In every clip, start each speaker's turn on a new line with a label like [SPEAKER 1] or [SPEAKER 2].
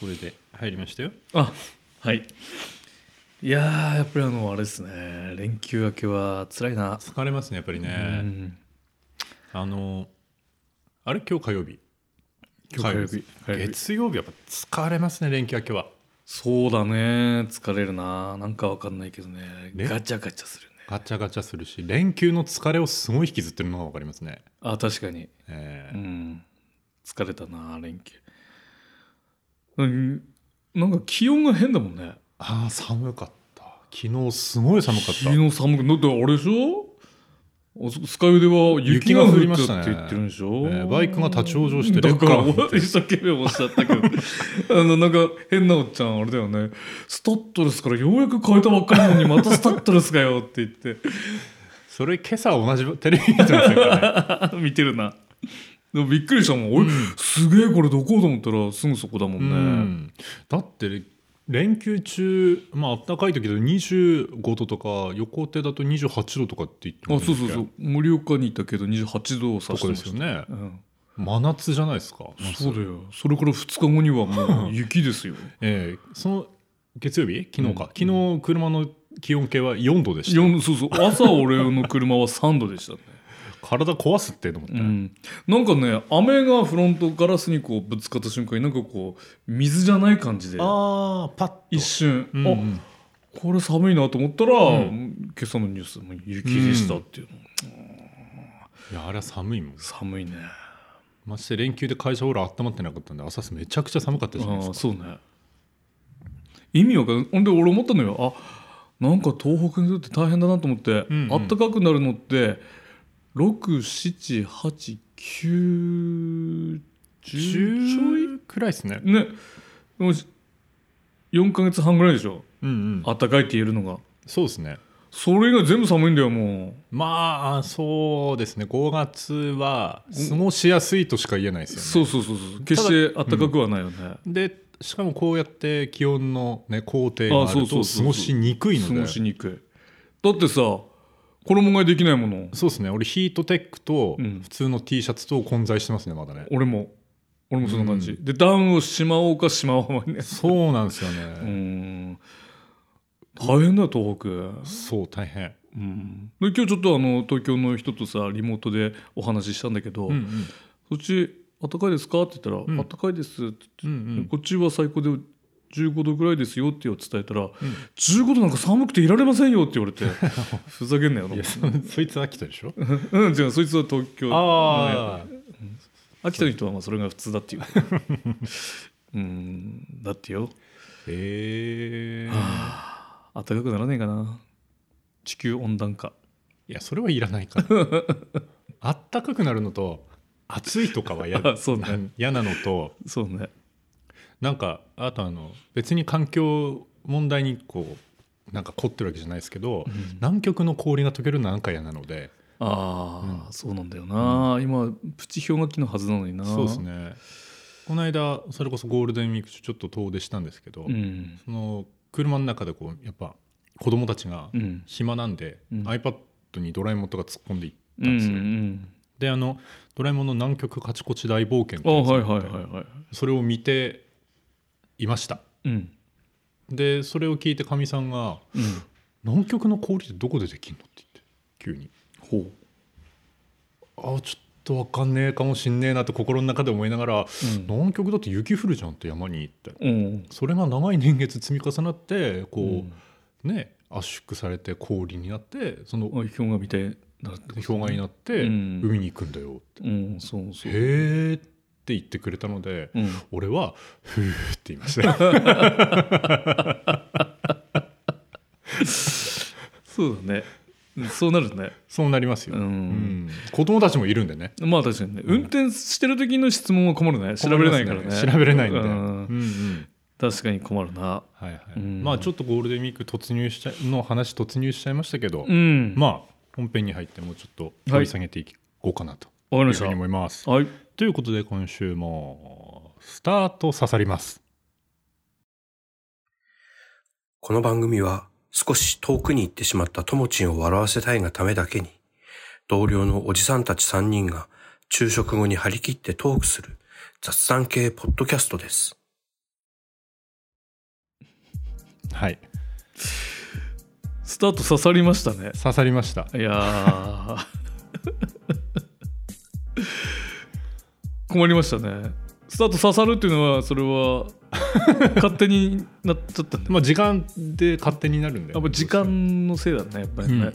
[SPEAKER 1] これで入りましたよ
[SPEAKER 2] あはいいやーやっぱりあのあれですね連休明けは辛いな、
[SPEAKER 1] 疲れますねやっぱり
[SPEAKER 2] う
[SPEAKER 1] ね
[SPEAKER 2] ん
[SPEAKER 1] あのあれ今日火曜日
[SPEAKER 2] 今日火曜日
[SPEAKER 1] 火曜日
[SPEAKER 2] 火曜日
[SPEAKER 1] 月曜日やっぱ疲れますね連休明けは
[SPEAKER 2] そうだね疲れるななんかわかんないけどね
[SPEAKER 1] ね
[SPEAKER 2] ガチャガチャするね
[SPEAKER 1] ガチャガチャするし連休の疲れをすごい引きずってるのが分かりますね、
[SPEAKER 2] あ確かに
[SPEAKER 1] え
[SPEAKER 2] う
[SPEAKER 1] ー
[SPEAKER 2] ん疲れたな連休うんなんか気温が変だもんね
[SPEAKER 1] ああ寒かった昨日すごい寒かっ
[SPEAKER 2] 昨日寒くだってあれでしょあそこスカイでは雪が降りましたって言ってるんでし
[SPEAKER 1] 雪
[SPEAKER 2] ょ、
[SPEAKER 1] が降りましたねえーバイクが立ち往生して
[SPEAKER 2] だか
[SPEAKER 1] レ
[SPEAKER 2] ら
[SPEAKER 1] ッカーを
[SPEAKER 2] 一生懸命おっしゃったけど あのなんか変なおっちゃんあれだよねスタッドレスからようやく変えたばっかりなのにまたスタッドレスかよって言って
[SPEAKER 1] たそれ今朝同じテレビ見てましたからね
[SPEAKER 2] 見てるなでもびっくりしたもん、おいすげえこれどこだと思ったらすぐそこだ も
[SPEAKER 1] うん
[SPEAKER 2] ね、
[SPEAKER 1] んだって連休中まあ暖かい時だと25度とか横手だと28度とかって言って
[SPEAKER 2] あそうそうそう盛岡にいたけど28度を指し
[SPEAKER 1] と
[SPEAKER 2] てました
[SPEAKER 1] かですよね
[SPEAKER 2] うん、
[SPEAKER 1] 真夏じゃないですか
[SPEAKER 2] そうだよそれから2日後にはもう雪ですよ
[SPEAKER 1] ええその月曜日昨日か、
[SPEAKER 2] うん
[SPEAKER 1] 昨日車の気温計は4度でした
[SPEAKER 2] 四そうそう朝俺の車は3度で したね、
[SPEAKER 1] 体壊すってと思って、
[SPEAKER 2] うん、なんかね雨がフロントガラスにこうぶつかった瞬間になんかこう水じゃない感じで
[SPEAKER 1] ああパッと
[SPEAKER 2] 一瞬、
[SPEAKER 1] うんうん
[SPEAKER 2] あこれ寒いなと思ったら、
[SPEAKER 1] うん
[SPEAKER 2] 今朝のニュースもう雪でしたっていうの、
[SPEAKER 1] いやあれは寒いもん
[SPEAKER 2] 寒いね
[SPEAKER 1] まして連休で会社ほら温まってなかったんで朝めちゃくちゃ寒かったじゃないです
[SPEAKER 2] あ
[SPEAKER 1] か
[SPEAKER 2] そうね意味わかんないほんで俺思ったのよあなんか東北にとって大変だなと思って、
[SPEAKER 1] うんうん
[SPEAKER 2] あったかくなるのって678910ちょい
[SPEAKER 1] 10くらいですね
[SPEAKER 2] ねでもし4ヶ月半ぐらいでしょ
[SPEAKER 1] うんうん
[SPEAKER 2] あったかいって言えるのが
[SPEAKER 1] そうですね
[SPEAKER 2] それ以外全部寒いんだよも
[SPEAKER 1] まあそうですね5月は過ごしやすいとしか言えないで
[SPEAKER 2] う、
[SPEAKER 1] す
[SPEAKER 2] そ
[SPEAKER 1] よ
[SPEAKER 2] う
[SPEAKER 1] ね
[SPEAKER 2] そうそうそう決してあったかくはないよね、
[SPEAKER 1] でしかもこうやって気温のね工程があ
[SPEAKER 2] あそう
[SPEAKER 1] る
[SPEAKER 2] そ
[SPEAKER 1] と
[SPEAKER 2] うそう
[SPEAKER 1] 過ごしにくいの
[SPEAKER 2] 過
[SPEAKER 1] で
[SPEAKER 2] ごしにくいだってさ衣替えできないもの
[SPEAKER 1] そうですね俺ヒートテックと
[SPEAKER 2] うん
[SPEAKER 1] 普通の T シャツと混在してますねまだね
[SPEAKER 2] 俺も俺もそんな感じ、でダウンをしまおうかしまわないね
[SPEAKER 1] そうなんですよね、
[SPEAKER 2] うん大変だよ東北、
[SPEAKER 1] そう大変、
[SPEAKER 2] うん、で今日ちょっとあの東京の人とさリモートでお話ししたんだけど、
[SPEAKER 1] うん
[SPEAKER 2] そっち「あったかいですか?」って言ったら「
[SPEAKER 1] ん
[SPEAKER 2] あったかいです」って
[SPEAKER 1] うんうん
[SPEAKER 2] こっちは最高で15度ぐらいですよって伝えたら、
[SPEAKER 1] ん
[SPEAKER 2] 15度なんか寒くていられませんよって言わ れてふざけんなよ
[SPEAKER 1] い
[SPEAKER 2] な
[SPEAKER 1] やそそいつは来たでしょ
[SPEAKER 2] うんじゃあそいつは東京
[SPEAKER 1] ああ
[SPEAKER 2] 秋田の人はまあそれが普通だっていう うんだってよ
[SPEAKER 1] ええ
[SPEAKER 2] 暖かくならねえかな地球温暖化
[SPEAKER 1] いやそれはいらない からあったかくなるのと暑いとかは嫌
[SPEAKER 2] あそうね
[SPEAKER 1] なん嫌なのと
[SPEAKER 2] そうね
[SPEAKER 1] なんかあとあの別に環境問題にこうなんか凝ってるわけじゃないですけど、南極の氷が溶けるのなんか嫌なので
[SPEAKER 2] ああ、そうなんだよな、今プチ氷河期のはずなのにな
[SPEAKER 1] そうですねこの間それこそゴールデンウィーク中ちょっと遠出したんですけど、
[SPEAKER 2] うん
[SPEAKER 1] その車の中でこうやっぱ子供たちが
[SPEAKER 2] うん
[SPEAKER 1] 暇なんで、
[SPEAKER 2] うん
[SPEAKER 1] iPad にドラえもんとか突っ込んでいっ
[SPEAKER 2] う
[SPEAKER 1] た
[SPEAKER 2] んうん
[SPEAKER 1] ですよ、
[SPEAKER 2] ん
[SPEAKER 1] であの「ドラえもんの南極カチコチ大冒険って
[SPEAKER 2] あ
[SPEAKER 1] やつが
[SPEAKER 2] は
[SPEAKER 1] あ
[SPEAKER 2] い
[SPEAKER 1] って」
[SPEAKER 2] はいはいはい
[SPEAKER 1] それを見ていました
[SPEAKER 2] うん
[SPEAKER 1] でそれを聞いてかみさんが
[SPEAKER 2] うん
[SPEAKER 1] 「南極の氷ってどこでできんの?」って言って急に
[SPEAKER 2] ほ
[SPEAKER 1] 「
[SPEAKER 2] う
[SPEAKER 1] ああちょっとわかんねえかもしんねえな」って心の中で思いながら「
[SPEAKER 2] うん
[SPEAKER 1] 南極だって雪降るじゃん」って山にって
[SPEAKER 2] うん
[SPEAKER 1] それが長い年月積み重なってこう、
[SPEAKER 2] うん
[SPEAKER 1] ね圧縮されて氷になってその
[SPEAKER 2] あ氷河みたいな
[SPEAKER 1] 氷河になって
[SPEAKER 2] うん
[SPEAKER 1] 海に行くんだよって
[SPEAKER 2] うんそ
[SPEAKER 1] 「
[SPEAKER 2] うそう
[SPEAKER 1] へえ」って言ってくれたので
[SPEAKER 2] うん
[SPEAKER 1] 俺は「ふー」って言いました ね
[SPEAKER 2] そうだねうんそうなるね
[SPEAKER 1] そうなりますよ、
[SPEAKER 2] うん
[SPEAKER 1] うん子供たちもいるんでね
[SPEAKER 2] まあ確かにね運転してる時の質問は困るね調べれないからね
[SPEAKER 1] 困ります調べれないんで、
[SPEAKER 2] う
[SPEAKER 1] うんうん
[SPEAKER 2] 確かに困るな
[SPEAKER 1] はいはい
[SPEAKER 2] うん
[SPEAKER 1] まあちょっとゴールデンウィーク突入しちゃの話突入しちゃいましたけど、
[SPEAKER 2] うんま
[SPEAKER 1] まあ本編に入ってもうちょっと掘り下げていこうかなと
[SPEAKER 2] あわか
[SPEAKER 1] いう
[SPEAKER 2] りまし
[SPEAKER 1] ふう
[SPEAKER 2] た
[SPEAKER 1] に思います、
[SPEAKER 2] はい
[SPEAKER 1] ということで今週もスタート刺さります
[SPEAKER 3] この番組は少し遠くに行ってしまったともちんを笑わせたいがためだけに、同僚のおじさんたち3人が昼食後に張り切ってトークする雑談系ポッドキャストです。
[SPEAKER 1] はい
[SPEAKER 2] スタート刺さりましたね
[SPEAKER 1] 刺さりました
[SPEAKER 2] いやー 困りましたねスタート刺さるっていうのはそれは勝手になっちゃったんだ
[SPEAKER 1] まあ時間で勝手になるんで
[SPEAKER 2] やっぱ時間のせいだねやっぱりね、
[SPEAKER 1] うん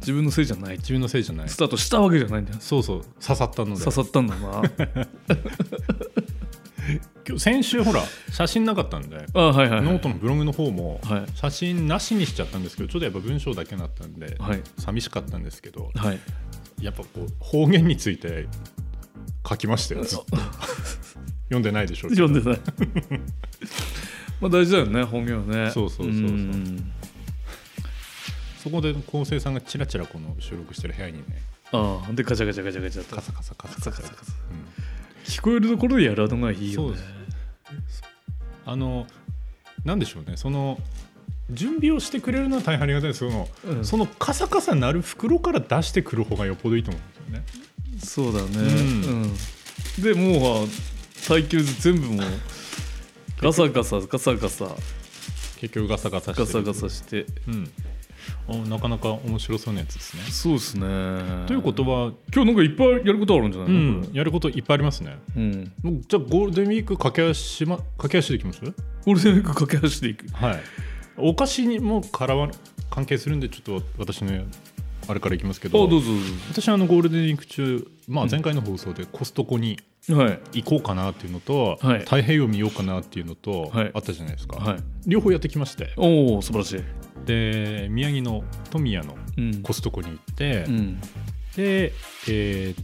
[SPEAKER 2] 自分のせいじゃない
[SPEAKER 1] 自分のせいじゃない
[SPEAKER 2] スタートしたわけじゃないんだよ
[SPEAKER 1] そうそう刺さったので
[SPEAKER 2] 刺さったんだな
[SPEAKER 1] 今日先週ほら写真なかったんで
[SPEAKER 2] あはいはいはい
[SPEAKER 1] ノートのブログの方も
[SPEAKER 2] はい
[SPEAKER 1] 写真なしにしちゃったんですけどちょっとやっぱ文章だけになったんで
[SPEAKER 2] はい
[SPEAKER 1] 寂しかったんですけど
[SPEAKER 2] はい
[SPEAKER 1] やっぱこう方言について書きましたよずっと 読んでないでしょうけど
[SPEAKER 2] 読んで ないまあ大事だよね本業はね
[SPEAKER 1] そうそうそうそうんそこで昴生さんがちらちらこの収録してる部屋にね
[SPEAKER 2] ああでガチャガチャガチャガチャと
[SPEAKER 1] カサカサカサ
[SPEAKER 2] カサ
[SPEAKER 1] カ
[SPEAKER 2] カ
[SPEAKER 1] サ
[SPEAKER 2] サカサ
[SPEAKER 1] うん
[SPEAKER 2] 聞こえるところでやるのがいい
[SPEAKER 1] そ
[SPEAKER 2] よ
[SPEAKER 1] う
[SPEAKER 2] ね
[SPEAKER 1] ですあのなんでしょうねその準備をしてくれるのは大変ありがたいですけどその,、
[SPEAKER 2] うん
[SPEAKER 1] そのカサカサ鳴る袋から出してくる方がよっぽどいいと思うんですよね
[SPEAKER 2] そうだね、う
[SPEAKER 1] うん
[SPEAKER 2] でもうは耐久全部もうガサガサガサガサ
[SPEAKER 1] 結局ガサガサして
[SPEAKER 2] ガ
[SPEAKER 1] る
[SPEAKER 2] サガサして
[SPEAKER 1] うんあなかなか面白そうなやつですね
[SPEAKER 2] そうですね
[SPEAKER 1] ということは、
[SPEAKER 2] 今日なんかいっぱいやることあるんじゃな
[SPEAKER 1] う
[SPEAKER 2] いの、
[SPEAKER 1] ん
[SPEAKER 2] こ、れ
[SPEAKER 1] やることいっぱいありますね
[SPEAKER 2] うん、
[SPEAKER 1] もうじゃあゴールデンウィーク駆け足し、ま、駆け足でいきます
[SPEAKER 2] ゴールデンウィーク駆け足でいく
[SPEAKER 1] はいお菓子にも絡わ関係するんでちょっと私のあれからいきますけ
[SPEAKER 2] あど
[SPEAKER 1] ど
[SPEAKER 2] うぞどう
[SPEAKER 1] 私あのゴールデンウィーク中、まあ、
[SPEAKER 2] うん
[SPEAKER 1] 前回の放送でコストコに
[SPEAKER 2] ぞはい
[SPEAKER 1] 行こうかなっていうのと、
[SPEAKER 2] はい
[SPEAKER 1] 太平洋見ようかなっていうのと、
[SPEAKER 2] はい
[SPEAKER 1] あったじゃないですか、
[SPEAKER 2] はい
[SPEAKER 1] 両方やってきまして
[SPEAKER 2] おお素晴らしい、
[SPEAKER 1] で宮城の富谷の
[SPEAKER 2] うん
[SPEAKER 1] コストコに行って、
[SPEAKER 2] うん
[SPEAKER 1] でえー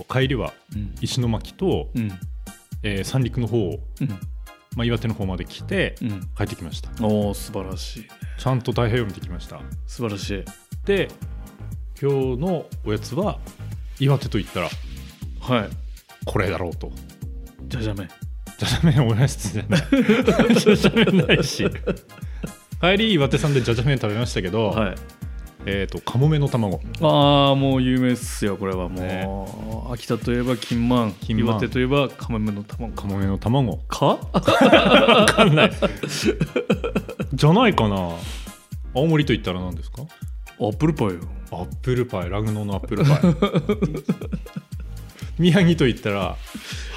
[SPEAKER 1] っと帰りは
[SPEAKER 2] うん
[SPEAKER 1] 石巻と、
[SPEAKER 2] うん
[SPEAKER 1] えー三陸の方、
[SPEAKER 2] うん
[SPEAKER 1] まあ、岩手の方まで来て
[SPEAKER 2] うん
[SPEAKER 1] 帰ってきました
[SPEAKER 2] おお素晴らしい
[SPEAKER 1] ちゃんと太平洋見てきました
[SPEAKER 2] 素晴らしい
[SPEAKER 1] で今日のおやつは岩手と言ったら
[SPEAKER 2] はい
[SPEAKER 1] これだろうと
[SPEAKER 2] じゃじゃめ
[SPEAKER 1] じゃじゃ麺オムライスじゃないじゃじゃ麺ないし 帰り岩手さんでじゃじゃ麺食べましたけど、
[SPEAKER 2] はい
[SPEAKER 1] えっ、とカモメの卵
[SPEAKER 2] ああもう有名っすよこれはもう、
[SPEAKER 1] ね
[SPEAKER 2] 秋田といえば金満
[SPEAKER 1] 金満
[SPEAKER 2] 岩手といえばカモメの卵
[SPEAKER 1] カモメの卵
[SPEAKER 2] か
[SPEAKER 1] 分かんないじゃないかな青森と言ったら何ですか
[SPEAKER 2] アップルパイよ
[SPEAKER 1] アップルパイラグノのアップルパイ 宮城と言ったら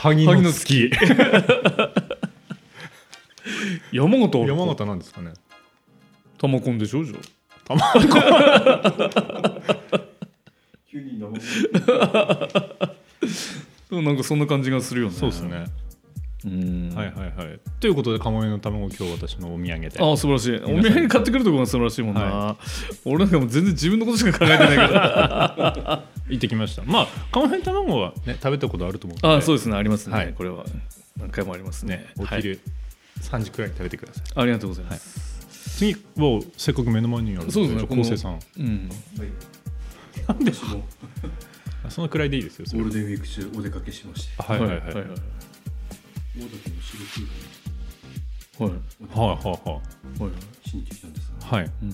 [SPEAKER 1] 萩
[SPEAKER 2] 萩
[SPEAKER 1] の
[SPEAKER 2] の
[SPEAKER 1] 月
[SPEAKER 2] 山形ある
[SPEAKER 1] 山形なんですかね
[SPEAKER 2] 玉コンでしょじゃ
[SPEAKER 4] 急に名前
[SPEAKER 2] あでもなんかそんな感じがするよね
[SPEAKER 1] そうですね、
[SPEAKER 2] うん
[SPEAKER 1] はいはいはいということでカモメの卵今日私のお土産で
[SPEAKER 2] ああ素晴らしいお土産買ってくるところが素晴らしいもんな、
[SPEAKER 1] は
[SPEAKER 2] 俺なんかもう全然自分のことしか考えてないから
[SPEAKER 1] 行ってきましたまあ鴨辺卵はね食べたことあると思うの
[SPEAKER 2] ああそうですねありますね、
[SPEAKER 1] はい
[SPEAKER 2] これは何回もありますね
[SPEAKER 1] ねお
[SPEAKER 2] はい
[SPEAKER 1] 昼3時くらいに食べてください、
[SPEAKER 2] ありがとうございます、
[SPEAKER 1] 次もうせっかく目の前にあるの
[SPEAKER 2] そうですね
[SPEAKER 1] じゃあ
[SPEAKER 2] この
[SPEAKER 1] 昴生さん
[SPEAKER 2] うん
[SPEAKER 1] なんで
[SPEAKER 4] 私も
[SPEAKER 1] そのくらいでいいですよそ
[SPEAKER 4] ゴ
[SPEAKER 1] れ
[SPEAKER 4] ールデンウィーク中お出かけしまして
[SPEAKER 1] はいはいはいはい
[SPEAKER 2] はい
[SPEAKER 1] はい
[SPEAKER 4] 大竹の白空間
[SPEAKER 2] はい
[SPEAKER 1] は
[SPEAKER 2] はい
[SPEAKER 4] にしに行ってきたんですが
[SPEAKER 1] いはい
[SPEAKER 2] うん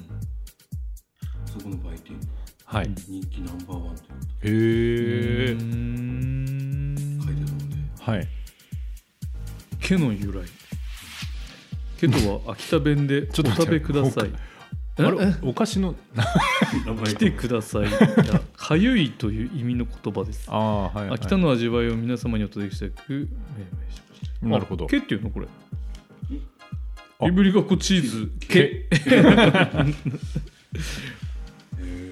[SPEAKER 4] そこの売店
[SPEAKER 1] はいへ
[SPEAKER 4] 人気ナンバーワンというこ
[SPEAKER 1] え
[SPEAKER 2] うーん
[SPEAKER 4] と書いてたので
[SPEAKER 1] はい
[SPEAKER 2] 毛の由来毛とは秋田弁で
[SPEAKER 1] ちょっと
[SPEAKER 2] お
[SPEAKER 1] 待っ
[SPEAKER 2] 食
[SPEAKER 1] て
[SPEAKER 2] べください
[SPEAKER 1] あ
[SPEAKER 2] あ
[SPEAKER 1] れお菓子の
[SPEAKER 4] 名前
[SPEAKER 2] 来てくださいいやかゆいという意味の言葉 です
[SPEAKER 1] ああーはい、はい、
[SPEAKER 2] 秋田の味わいを皆様にお届けしたく命名しました
[SPEAKER 1] なるほど
[SPEAKER 2] あ毛っていうのこれ
[SPEAKER 1] あ
[SPEAKER 2] いぶりがっこチーズ毛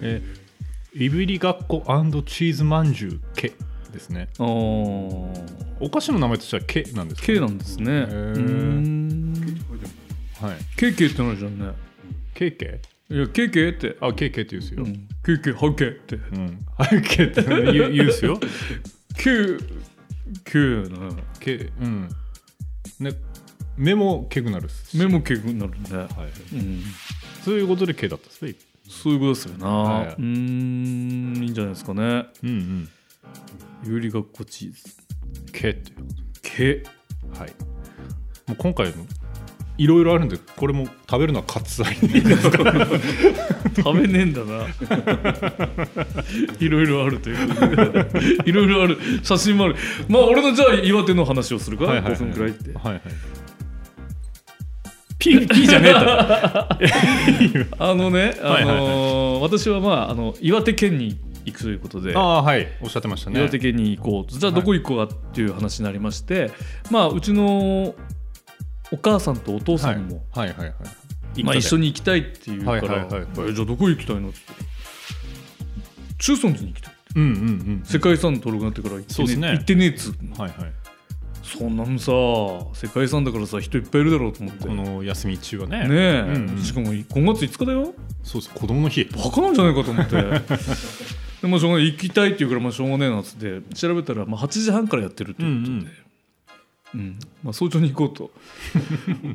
[SPEAKER 1] えいぶりがっこチーズまんじゅうけですね
[SPEAKER 2] あー
[SPEAKER 1] お菓子の名前としてはけなんですか、
[SPEAKER 2] 毛なんですねうーん
[SPEAKER 4] 書いてある
[SPEAKER 1] はい
[SPEAKER 2] 毛毛ってなるじゃんね
[SPEAKER 1] けいけ
[SPEAKER 2] いや毛毛って
[SPEAKER 1] あけいけって言うんですよ、
[SPEAKER 2] うん毛毛ハケって
[SPEAKER 1] うん、背景って言う言うっすよ。
[SPEAKER 2] 毛毛な
[SPEAKER 1] けうん。ね、目もけくなるっす。
[SPEAKER 2] 目も毛くなるね
[SPEAKER 1] はい。
[SPEAKER 2] うん
[SPEAKER 1] そういうことでけだったっすね。
[SPEAKER 2] そういうことですよな、
[SPEAKER 1] はいう
[SPEAKER 2] ーんいいんじゃないですかね
[SPEAKER 1] うんうん。
[SPEAKER 2] ゆりがっこチーズ
[SPEAKER 1] けって。
[SPEAKER 2] 毛
[SPEAKER 1] はい。もう今回のいろいろあるんで、これも食べるのは割 愛でいいですか。
[SPEAKER 2] 食べねえんだな いろいろあるということでいろいろある写真もあるまあ俺のじゃあ岩手の話をするか、
[SPEAKER 1] はいはいはい
[SPEAKER 2] 5分くらいって
[SPEAKER 1] はいはい。キーキーじゃねえだ
[SPEAKER 2] あのね、
[SPEAKER 1] は
[SPEAKER 2] あ
[SPEAKER 1] いはいはい
[SPEAKER 2] のー私はまああの岩手県に行くということで
[SPEAKER 1] ろ。ああーはいおっしゃってましたね
[SPEAKER 2] 岩手県に行こうとじゃあどこ行こうかっていう話になりまして、まあうちのお母さんとお父さ
[SPEAKER 1] はい
[SPEAKER 2] んも、
[SPEAKER 1] はいはいはい
[SPEAKER 2] まあ、一緒
[SPEAKER 1] に
[SPEAKER 2] に行きたいっていうか
[SPEAKER 1] はい
[SPEAKER 2] ら、
[SPEAKER 1] はいはいはい
[SPEAKER 2] えじゃあどこ行きたいのって中尊寺に行きたい
[SPEAKER 1] うんうんうん
[SPEAKER 2] 世界遺産登録になってから行って
[SPEAKER 1] そうですね
[SPEAKER 2] ね行ってねえっつうの
[SPEAKER 1] はいはい
[SPEAKER 2] そんなんさ世界遺産だからさ人いっぱいいるだろうと思って
[SPEAKER 1] こ
[SPEAKER 2] ね
[SPEAKER 1] の休み中はね
[SPEAKER 2] え、
[SPEAKER 1] うんうん
[SPEAKER 2] しかも今月5日だよ
[SPEAKER 1] そうです子供の日
[SPEAKER 2] バカなんじゃないかと 思ってでもしょうがない行きたいって言うからまあしょうがねえなっつって調べたらまあ8時半からやってるっていうことで、
[SPEAKER 1] うん
[SPEAKER 2] うんまあ、早朝に行こ うと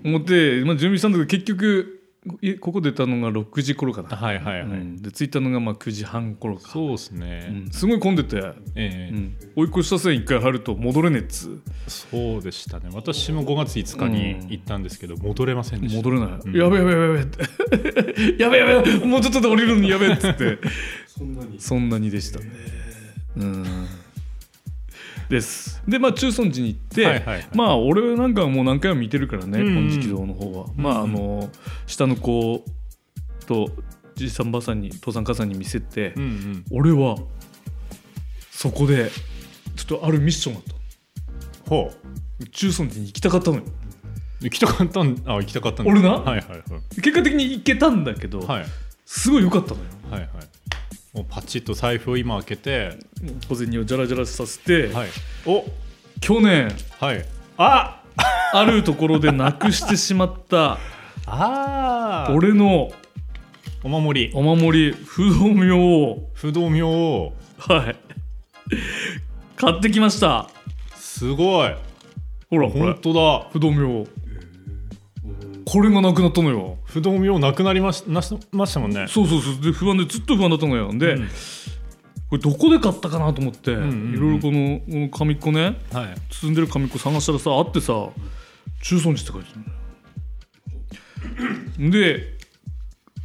[SPEAKER 2] 思って、まあ、準備したんだけど結局いここ出たのが6時頃かな、
[SPEAKER 1] はいはいはい、
[SPEAKER 2] うん、で着いたのがまあ9時半頃か
[SPEAKER 1] そうです
[SPEAKER 2] う
[SPEAKER 1] ね、
[SPEAKER 2] ん、すごい混んでて、
[SPEAKER 1] ええ
[SPEAKER 2] うん、追い越した線一回入ると戻れねえっつ
[SPEAKER 1] そうでしたね私も5月5日
[SPEAKER 2] うん
[SPEAKER 1] に行ったんですけど、戻れませんでした
[SPEAKER 2] 戻れない、
[SPEAKER 1] うん
[SPEAKER 2] やべやべやべやべって やべやべやべもうちょっとで降りるのにやべっつ って
[SPEAKER 4] そんなに
[SPEAKER 2] そんなにでしたね。うんですでまあ中尊寺に行って、
[SPEAKER 1] はいはいはい
[SPEAKER 2] まあ俺なんかはもう何回も見てるからね、
[SPEAKER 1] うんうん
[SPEAKER 2] 金色堂の方は、まああの下の子とじいさんばあさんに父さん母さんに見せて、
[SPEAKER 1] うんうん
[SPEAKER 2] 俺はそこでちょっとあるミッションがあっ
[SPEAKER 1] ほう
[SPEAKER 2] た中尊寺に行きたかったのよ
[SPEAKER 1] 行きたかったんあ行きたかったんだ
[SPEAKER 2] 俺な
[SPEAKER 1] はいはいはい
[SPEAKER 2] 結果的に行けたんだけど、
[SPEAKER 1] はい
[SPEAKER 2] すごい良かったのよ
[SPEAKER 1] はいはいもうパチッと財布を今開けて
[SPEAKER 2] 小銭をジャラジャラさせて、
[SPEAKER 1] はいお
[SPEAKER 2] 去年
[SPEAKER 1] はいあ
[SPEAKER 2] あるところでなくしてしまった
[SPEAKER 1] あー
[SPEAKER 2] 俺の
[SPEAKER 1] お守り
[SPEAKER 2] お守り不動明王
[SPEAKER 1] 不動明王
[SPEAKER 2] はい買ってきました
[SPEAKER 1] すごい
[SPEAKER 2] ほらほ
[SPEAKER 1] 本
[SPEAKER 2] ら
[SPEAKER 1] 当だ
[SPEAKER 2] 不動明王これがなくなったのよ
[SPEAKER 1] 不動明王なくなりましなしましたもんね
[SPEAKER 2] そうそうそうで不安でずっと不安だったのよで、
[SPEAKER 1] うん
[SPEAKER 2] これどこで買ったかなと思って、
[SPEAKER 1] んうんうん
[SPEAKER 2] いろいろこのこの紙っこね
[SPEAKER 1] はい
[SPEAKER 2] 包んでる紙っこ探したらさあってさ中尊寺って書いてあるのよで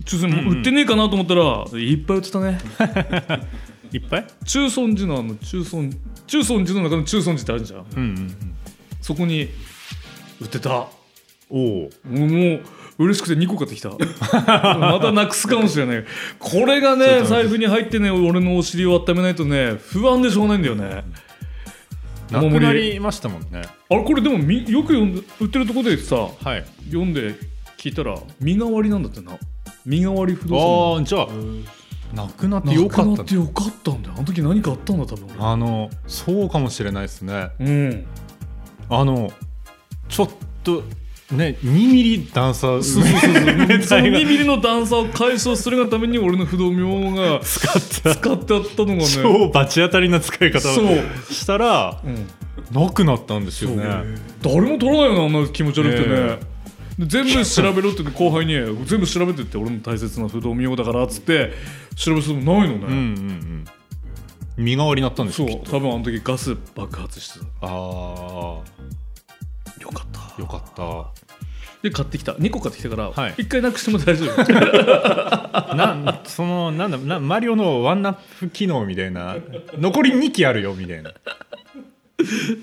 [SPEAKER 2] 中尊寺もう売ってねえかなと思ったら、いっぱい売ってたね
[SPEAKER 1] いっぱい
[SPEAKER 2] 中尊寺のあの中尊中尊寺の中の中尊寺ってあるじゃん
[SPEAKER 1] うんうん
[SPEAKER 2] そこに売ってたも
[SPEAKER 1] うんおお
[SPEAKER 2] うもう嬉しくて2個買ってきた またなくすかもしれないこれが
[SPEAKER 1] ちょっ
[SPEAKER 2] ね
[SPEAKER 1] と
[SPEAKER 2] 財布に入ってね俺のお尻を温めないとね不安でしょうがないんだよね
[SPEAKER 1] な
[SPEAKER 2] お
[SPEAKER 1] くな
[SPEAKER 2] 守り
[SPEAKER 1] りましたもんね
[SPEAKER 2] あれこれでもみよく読んで売ってるとこでさ
[SPEAKER 1] はい
[SPEAKER 2] 読んで聞いたら身代わりなんだってな身代わり不動
[SPEAKER 1] ああじゃあなくなっ
[SPEAKER 2] 産
[SPEAKER 1] てよかっ
[SPEAKER 2] な
[SPEAKER 1] た
[SPEAKER 2] くなってよかったんだよあの時何かあったんだ多分俺
[SPEAKER 1] あのそうかもしれないですね
[SPEAKER 2] うん
[SPEAKER 1] あのちょっとね2ミリ段差
[SPEAKER 2] そうそうそうそうその
[SPEAKER 1] 体が
[SPEAKER 2] 2ミリの段差を解消するがために俺の不動明王が
[SPEAKER 1] 使った
[SPEAKER 2] 使ってあったのがね
[SPEAKER 1] 超バチ当たりな使い方
[SPEAKER 2] そう
[SPEAKER 1] をしたら
[SPEAKER 2] うん
[SPEAKER 1] なくなったんですよ
[SPEAKER 2] そう
[SPEAKER 1] ね
[SPEAKER 2] 誰も取らないよなあんな気持ち悪くてね、
[SPEAKER 1] え
[SPEAKER 2] で全部調べろって言って後輩に全部調べてって俺の大切な不動明王だからっつって調べするもないの
[SPEAKER 1] うんうんう
[SPEAKER 2] ね、
[SPEAKER 1] ん身代わりになったんです
[SPEAKER 2] そ
[SPEAKER 1] よ
[SPEAKER 2] う
[SPEAKER 1] きっと
[SPEAKER 2] 多分あの時ガス爆発してた
[SPEAKER 1] あ
[SPEAKER 2] よかった
[SPEAKER 1] あよかっ
[SPEAKER 2] で買ってきた2個買ってきたから、
[SPEAKER 1] はい
[SPEAKER 2] 1回なくしても大丈 夫
[SPEAKER 1] たなそのなんだなマリオのワンナップ機能みたいな残り2機あるよみたいな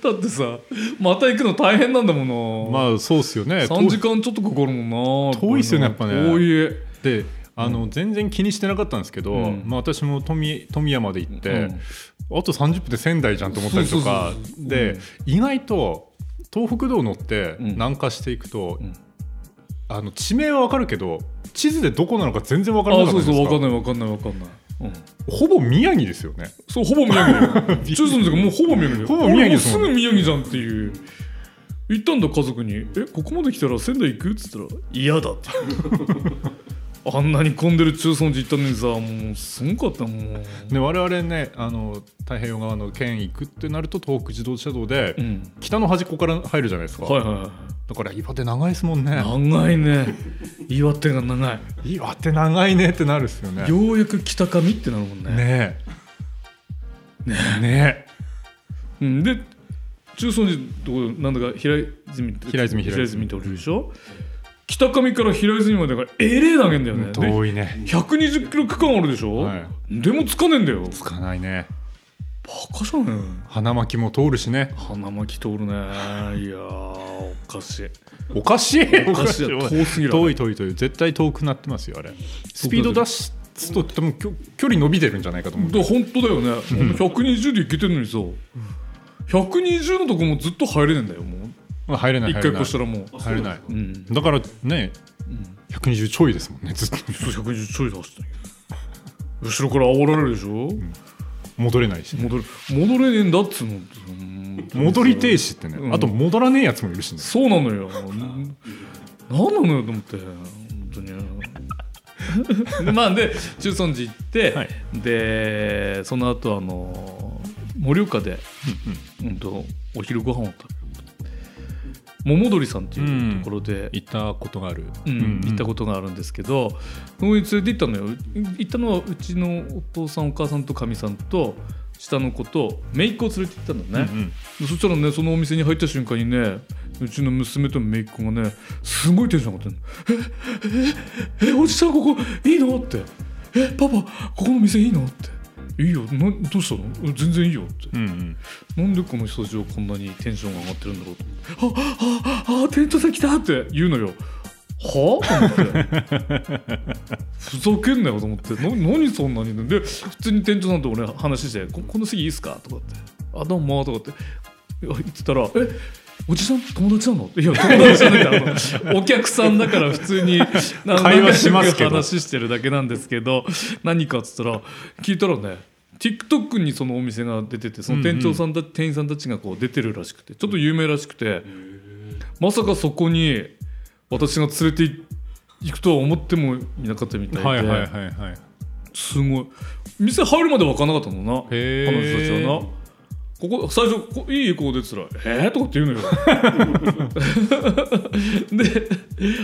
[SPEAKER 2] だってさまた行くの大変なんだもんな、
[SPEAKER 1] まあそうっすよね
[SPEAKER 2] 3時間ちょっとかかるもんな
[SPEAKER 1] 遠いっすよねやっぱね
[SPEAKER 2] 遠い
[SPEAKER 1] であの、全然気にしてなかったんですけど、
[SPEAKER 2] うん
[SPEAKER 1] まあ、私も富富山で行って、
[SPEAKER 2] うん
[SPEAKER 1] あと30分で仙台じゃんと思ったりとか
[SPEAKER 2] そうそうそうそう
[SPEAKER 1] で、
[SPEAKER 2] うん
[SPEAKER 1] 意外と東北道乗って
[SPEAKER 2] うん
[SPEAKER 1] 南下していくと、
[SPEAKER 2] うん
[SPEAKER 1] あの地名は分かるけど地図でどこなのか全然分からな
[SPEAKER 2] あ
[SPEAKER 1] かった
[SPEAKER 2] そ
[SPEAKER 1] ん
[SPEAKER 2] う
[SPEAKER 1] です
[SPEAKER 2] そ
[SPEAKER 1] か
[SPEAKER 2] う分かんない分かんない分かんない、うん、
[SPEAKER 1] ほぼ宮城ですよね
[SPEAKER 2] そうほぼ 宮城だよ中村がもうほぼ宮城だよ
[SPEAKER 1] ほぼ宮城
[SPEAKER 2] も
[SPEAKER 1] で
[SPEAKER 2] う
[SPEAKER 1] す
[SPEAKER 2] す
[SPEAKER 1] もん
[SPEAKER 2] ぐ宮城じゃんっていう言ったんだ家族に「えここまで来たら仙台行く?」っつったら「嫌だ」ってあんなに混んでる中村寺行ったのにさもうすごかったもう、
[SPEAKER 1] で我々ねあの太平洋側の県行くってなると東北自動車道で、
[SPEAKER 2] うん
[SPEAKER 1] 北の端っこから入るじゃないですか、
[SPEAKER 2] はいは
[SPEAKER 1] だから岩手長いですもんね
[SPEAKER 2] いはい長いね岩手が長い
[SPEAKER 1] 岩手長いねってなるっすよね
[SPEAKER 2] ようやく北上ってなるもんね
[SPEAKER 1] ねえねえね
[SPEAKER 2] うん、で中尊寺どこなんだか平泉って
[SPEAKER 1] 平泉
[SPEAKER 2] 平泉って降りるでしょ北上から平泉までがえれえ投げんだよね、
[SPEAKER 1] え
[SPEAKER 2] で
[SPEAKER 1] 遠いね
[SPEAKER 2] 120キロ区間あるでしょ、
[SPEAKER 1] は
[SPEAKER 2] でもつかねえんだよ
[SPEAKER 1] つかないね
[SPEAKER 2] バカじゃね
[SPEAKER 1] 花巻も通るしね
[SPEAKER 2] え花巻通るねいやーおかしい
[SPEAKER 1] おかしい
[SPEAKER 2] おかしい
[SPEAKER 1] お
[SPEAKER 2] 遠すぎる
[SPEAKER 1] 遠い遠い遠い絶対遠くなってますよあれスピード出すとってもきょ距離伸びてるんじゃないかと思う
[SPEAKER 2] だ本当だよね120でい けてるのにさ120のとこもずっと入れねえんだよもう
[SPEAKER 1] まあ入れない
[SPEAKER 2] 一
[SPEAKER 1] 入
[SPEAKER 2] 回
[SPEAKER 1] れな
[SPEAKER 2] 越
[SPEAKER 1] い
[SPEAKER 2] したらもう
[SPEAKER 4] あ
[SPEAKER 1] 入れない
[SPEAKER 4] そ
[SPEAKER 2] う
[SPEAKER 4] う
[SPEAKER 2] ん
[SPEAKER 1] だからね
[SPEAKER 2] うん
[SPEAKER 1] 120ちょいですもんねずっ と
[SPEAKER 2] そう120ちょい出してんよ後ろから煽られるでしょ
[SPEAKER 1] 戻れないし、
[SPEAKER 2] 戻る戻れねえんだっつうのうん
[SPEAKER 1] 戻り停止ってね、
[SPEAKER 2] うん
[SPEAKER 1] あと戻らねえやつもいるしね
[SPEAKER 2] そうなのようん何なのよと思って本当 にまあで中尊寺行って、
[SPEAKER 1] はい
[SPEAKER 2] でその後あの盛岡で、うんとお昼ご飯を食べる桃鳥さんっていうところで、
[SPEAKER 1] 行ったことがある、
[SPEAKER 2] うん行ったこととがあるんですけどそこに連れて行ったのよ行ったのはうちのお父さんお母さんとかみさんと下の子と姪っ子を連れて行ったんだよね、でそしたらねそのお店に入った瞬間にねうちの娘と姪っ子がねすごいテンション上がってんのええええおじさんここいいの?」って「えパパここの店いいの?」って「いいよなどうしたのえ全然いいよ」って
[SPEAKER 1] うんうん
[SPEAKER 2] なんでこの人たちはこんなにテンションが上がってるんだろうと思ってああああテント先だって言うのよはあと思って ふざけんなよと思ってな何そんなにで普通に店長さんと俺話して「ここの席いいっすか?」とかって「あどうも」とかっていや言ってたら「えおじさん友達なの?」いや友達じゃないんだお客さんだから普通に
[SPEAKER 1] 会話しますけど
[SPEAKER 2] なんか話してるだけなんですけど何かっつったら聞いたらね TikTok にそのお店が出ててその店長さんた、店員さんたちがこう出てるらしくてちょっと有名らしくてまさかそこに私が連れて行くとは思ってもいなかったみたいで、
[SPEAKER 1] はいはいはいはいへ
[SPEAKER 2] すごい店入るまで分からなかったのな彼
[SPEAKER 1] へー
[SPEAKER 2] 女たちはなここ最初こ「いいこうで」っつったら「えー?」とかって言 うのよで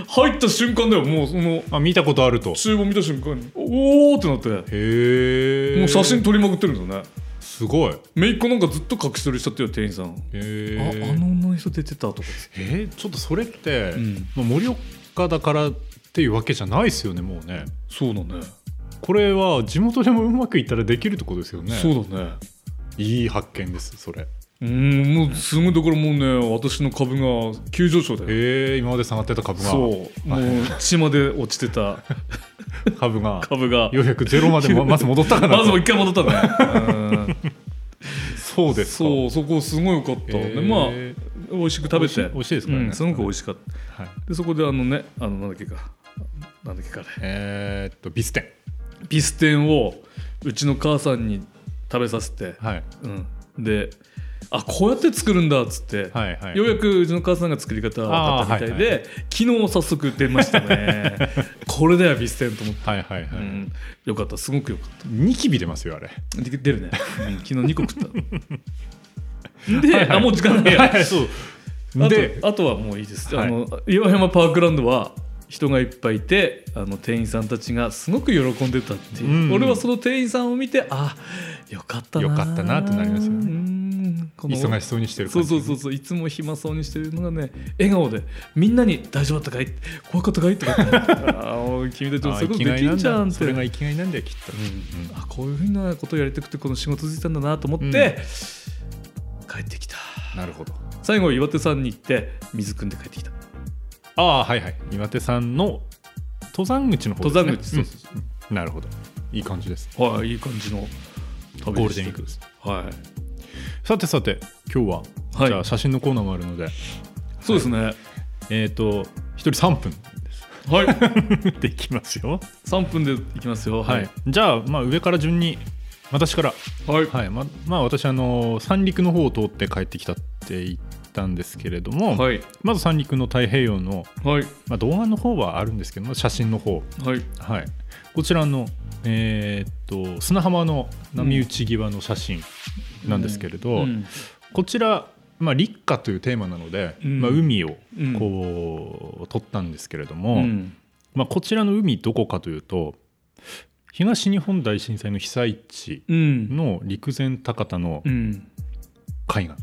[SPEAKER 2] 入った瞬間だよもうその
[SPEAKER 1] あ見たことあると
[SPEAKER 2] 厨房見た瞬間におおーってなって
[SPEAKER 1] へえ
[SPEAKER 2] もう写真撮りまくってるんだよね
[SPEAKER 1] すごいへ
[SPEAKER 2] 姪っ子なんかずっと隠し撮りしちゃってよ店員さんああ
[SPEAKER 1] え
[SPEAKER 2] の女の人出てたとかっつって
[SPEAKER 1] えーちょっとそれって、
[SPEAKER 2] ん
[SPEAKER 1] まあ盛岡だからっていうわけじゃないですよねもうね
[SPEAKER 2] そうだね
[SPEAKER 1] これは地元でもうまくいったらできるってことですよね
[SPEAKER 2] そうだね
[SPEAKER 1] いい発見ですそれへ
[SPEAKER 2] うんもうすごいところもうね私の株が急上昇だよ
[SPEAKER 1] え今まで下がってた株が
[SPEAKER 2] そうもう血まで落ちてた
[SPEAKER 1] 株が
[SPEAKER 2] 株が
[SPEAKER 1] ようやくゼロまで ままず戻ったかな
[SPEAKER 2] まずもう一回戻ったね
[SPEAKER 1] そう
[SPEAKER 2] う
[SPEAKER 1] で
[SPEAKER 2] ん
[SPEAKER 1] すか
[SPEAKER 2] そうそこすごい良かった
[SPEAKER 1] へ
[SPEAKER 2] で
[SPEAKER 1] ー
[SPEAKER 2] まあ美味しく食べて
[SPEAKER 1] 美味しい美味しいですからね
[SPEAKER 2] うんすごく美味しかった
[SPEAKER 1] はい、
[SPEAKER 2] でそこであのねあのなんだっけかなんだっけかあれ
[SPEAKER 1] えーっとビステ
[SPEAKER 2] ビステンをうちの母さんに食べさせて、
[SPEAKER 1] ン、はい、
[SPEAKER 2] うん、であこうやって作るんだっつって、
[SPEAKER 1] はいはい
[SPEAKER 2] ようやくうちの母さんが作り方が分かったみたいで、
[SPEAKER 1] あ
[SPEAKER 2] 昨日早速出ました ねこれだよビステンと思って、
[SPEAKER 1] はいはいはい
[SPEAKER 2] うん、よかったすごくよかった
[SPEAKER 1] ニキビ出ますよあれ
[SPEAKER 2] で出るね、うん昨日2個食った で、あもう時間な いや
[SPEAKER 1] そう
[SPEAKER 2] あ
[SPEAKER 1] で
[SPEAKER 2] とあとはもういいです、
[SPEAKER 1] はい
[SPEAKER 2] あの岩山パークランドは人がいっぱいいてあの店員さんたちがすごく喜んでたっていう、
[SPEAKER 1] うん
[SPEAKER 2] 俺はその店員さんを見てあよかったな
[SPEAKER 1] よかったなってなりますよね
[SPEAKER 2] ね
[SPEAKER 1] 忙しそうにしてる感
[SPEAKER 2] そう
[SPEAKER 1] じ
[SPEAKER 2] そうそうそういつも暇そうにしてるのがね笑顔でみんなに「大丈夫だったかい?」「怖かったかい?」とか 言ってあー君たちも
[SPEAKER 1] あ
[SPEAKER 2] そう
[SPEAKER 1] ー生
[SPEAKER 2] いうこと
[SPEAKER 1] き
[SPEAKER 2] で
[SPEAKER 1] がい
[SPEAKER 2] き
[SPEAKER 1] なんん
[SPEAKER 2] じゃん」
[SPEAKER 1] だ
[SPEAKER 2] って
[SPEAKER 1] それが生きがいなんだよきっと、うん
[SPEAKER 2] あこういうふうなことをやりたくてこの仕事続いたんだなと思って、帰ってきた
[SPEAKER 1] なるほど
[SPEAKER 2] 最後岩手山に行って水汲んで帰ってきた
[SPEAKER 1] ああはいはい岩手山の登山口の方
[SPEAKER 2] 登山口そう
[SPEAKER 1] そうん、なるほどいい感じです
[SPEAKER 2] はいいい感じの
[SPEAKER 1] ゴ
[SPEAKER 2] 旅
[SPEAKER 1] ー
[SPEAKER 2] で
[SPEAKER 1] ル
[SPEAKER 2] した
[SPEAKER 1] デンウィークです
[SPEAKER 2] は
[SPEAKER 1] さてさて今日は、
[SPEAKER 2] はい
[SPEAKER 1] じゃあ写真のコーナーもあるので
[SPEAKER 2] いそうですねはい
[SPEAKER 1] えっ、と一人3分 できますよ
[SPEAKER 2] 3分でいきますよ
[SPEAKER 1] はい、じゃあ,、まあ上から順に私から
[SPEAKER 2] はい
[SPEAKER 1] はいままあ私あの三陸の方を通って帰ってきたって言ったんですけれども、
[SPEAKER 2] はい
[SPEAKER 1] まず三陸の太平洋の、
[SPEAKER 2] はい
[SPEAKER 1] まあ、動画の方はあるんですけども写真の方
[SPEAKER 2] はい
[SPEAKER 1] はい、こちらの、えーっと砂浜の波打ち際の写真なんですけれど、
[SPEAKER 2] うん
[SPEAKER 1] こちら、まあ、立夏というテーマなので、
[SPEAKER 2] うん
[SPEAKER 1] まあ、海を
[SPEAKER 2] うん
[SPEAKER 1] こう、撮ったんですけれど
[SPEAKER 2] う
[SPEAKER 1] も、
[SPEAKER 2] ん
[SPEAKER 1] まあ、こちらの海どこかというと東日本大震災の被災地
[SPEAKER 2] うん
[SPEAKER 1] の陸前高田の
[SPEAKER 2] うん
[SPEAKER 1] 海岸、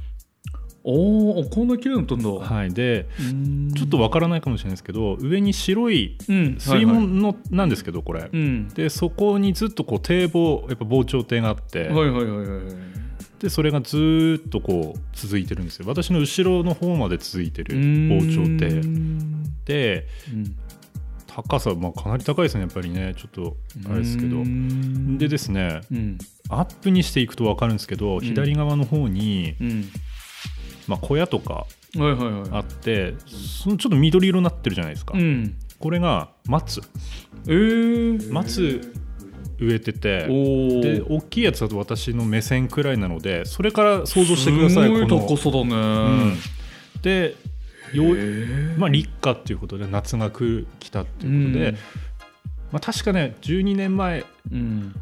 [SPEAKER 2] おーこんな綺麗になったんだ、
[SPEAKER 1] はい、で
[SPEAKER 2] うん
[SPEAKER 1] ちょっとわからないかもしれないですけど上に白い
[SPEAKER 2] うん
[SPEAKER 1] 水
[SPEAKER 2] はいはい
[SPEAKER 1] 門の、なんですけどこれ、
[SPEAKER 2] うん
[SPEAKER 1] でそこにずっとこう堤防やっぱ防潮堤があって、
[SPEAKER 2] はいはいはいはい
[SPEAKER 1] でそれがずーっとこう続いてるんですよ私の後ろの方まで続いてる
[SPEAKER 2] 包
[SPEAKER 1] 防
[SPEAKER 2] 丁
[SPEAKER 1] 潮
[SPEAKER 2] っ
[SPEAKER 1] 堤
[SPEAKER 2] て
[SPEAKER 1] で高さ、まあ、かなり高いですねやっぱりねちょっとあ
[SPEAKER 2] あ
[SPEAKER 1] れ
[SPEAKER 2] れ
[SPEAKER 1] で
[SPEAKER 2] ですす
[SPEAKER 1] け
[SPEAKER 2] け
[SPEAKER 1] ど
[SPEAKER 2] ど
[SPEAKER 1] で
[SPEAKER 2] で
[SPEAKER 1] で
[SPEAKER 2] です
[SPEAKER 1] ね
[SPEAKER 2] うん
[SPEAKER 1] アップにしていくと分かるんですけど、左側の方に、
[SPEAKER 2] うん
[SPEAKER 1] まあ、小屋とか
[SPEAKER 2] はいはいはい
[SPEAKER 1] あってそのちょっと緑色になってるじゃないですか、
[SPEAKER 2] うん
[SPEAKER 1] これが松
[SPEAKER 2] えー
[SPEAKER 1] 松植えてて
[SPEAKER 2] お
[SPEAKER 1] で
[SPEAKER 2] お
[SPEAKER 1] 大きいやつだと私の目線くらいなのでそれから想像してください
[SPEAKER 2] すごい
[SPEAKER 1] この
[SPEAKER 2] 高さだね
[SPEAKER 1] うん、でよう
[SPEAKER 2] え
[SPEAKER 1] まあ、立夏っていうことで夏が来る来たっていうことで、
[SPEAKER 2] うん
[SPEAKER 1] まあ、確かね12年前
[SPEAKER 2] うん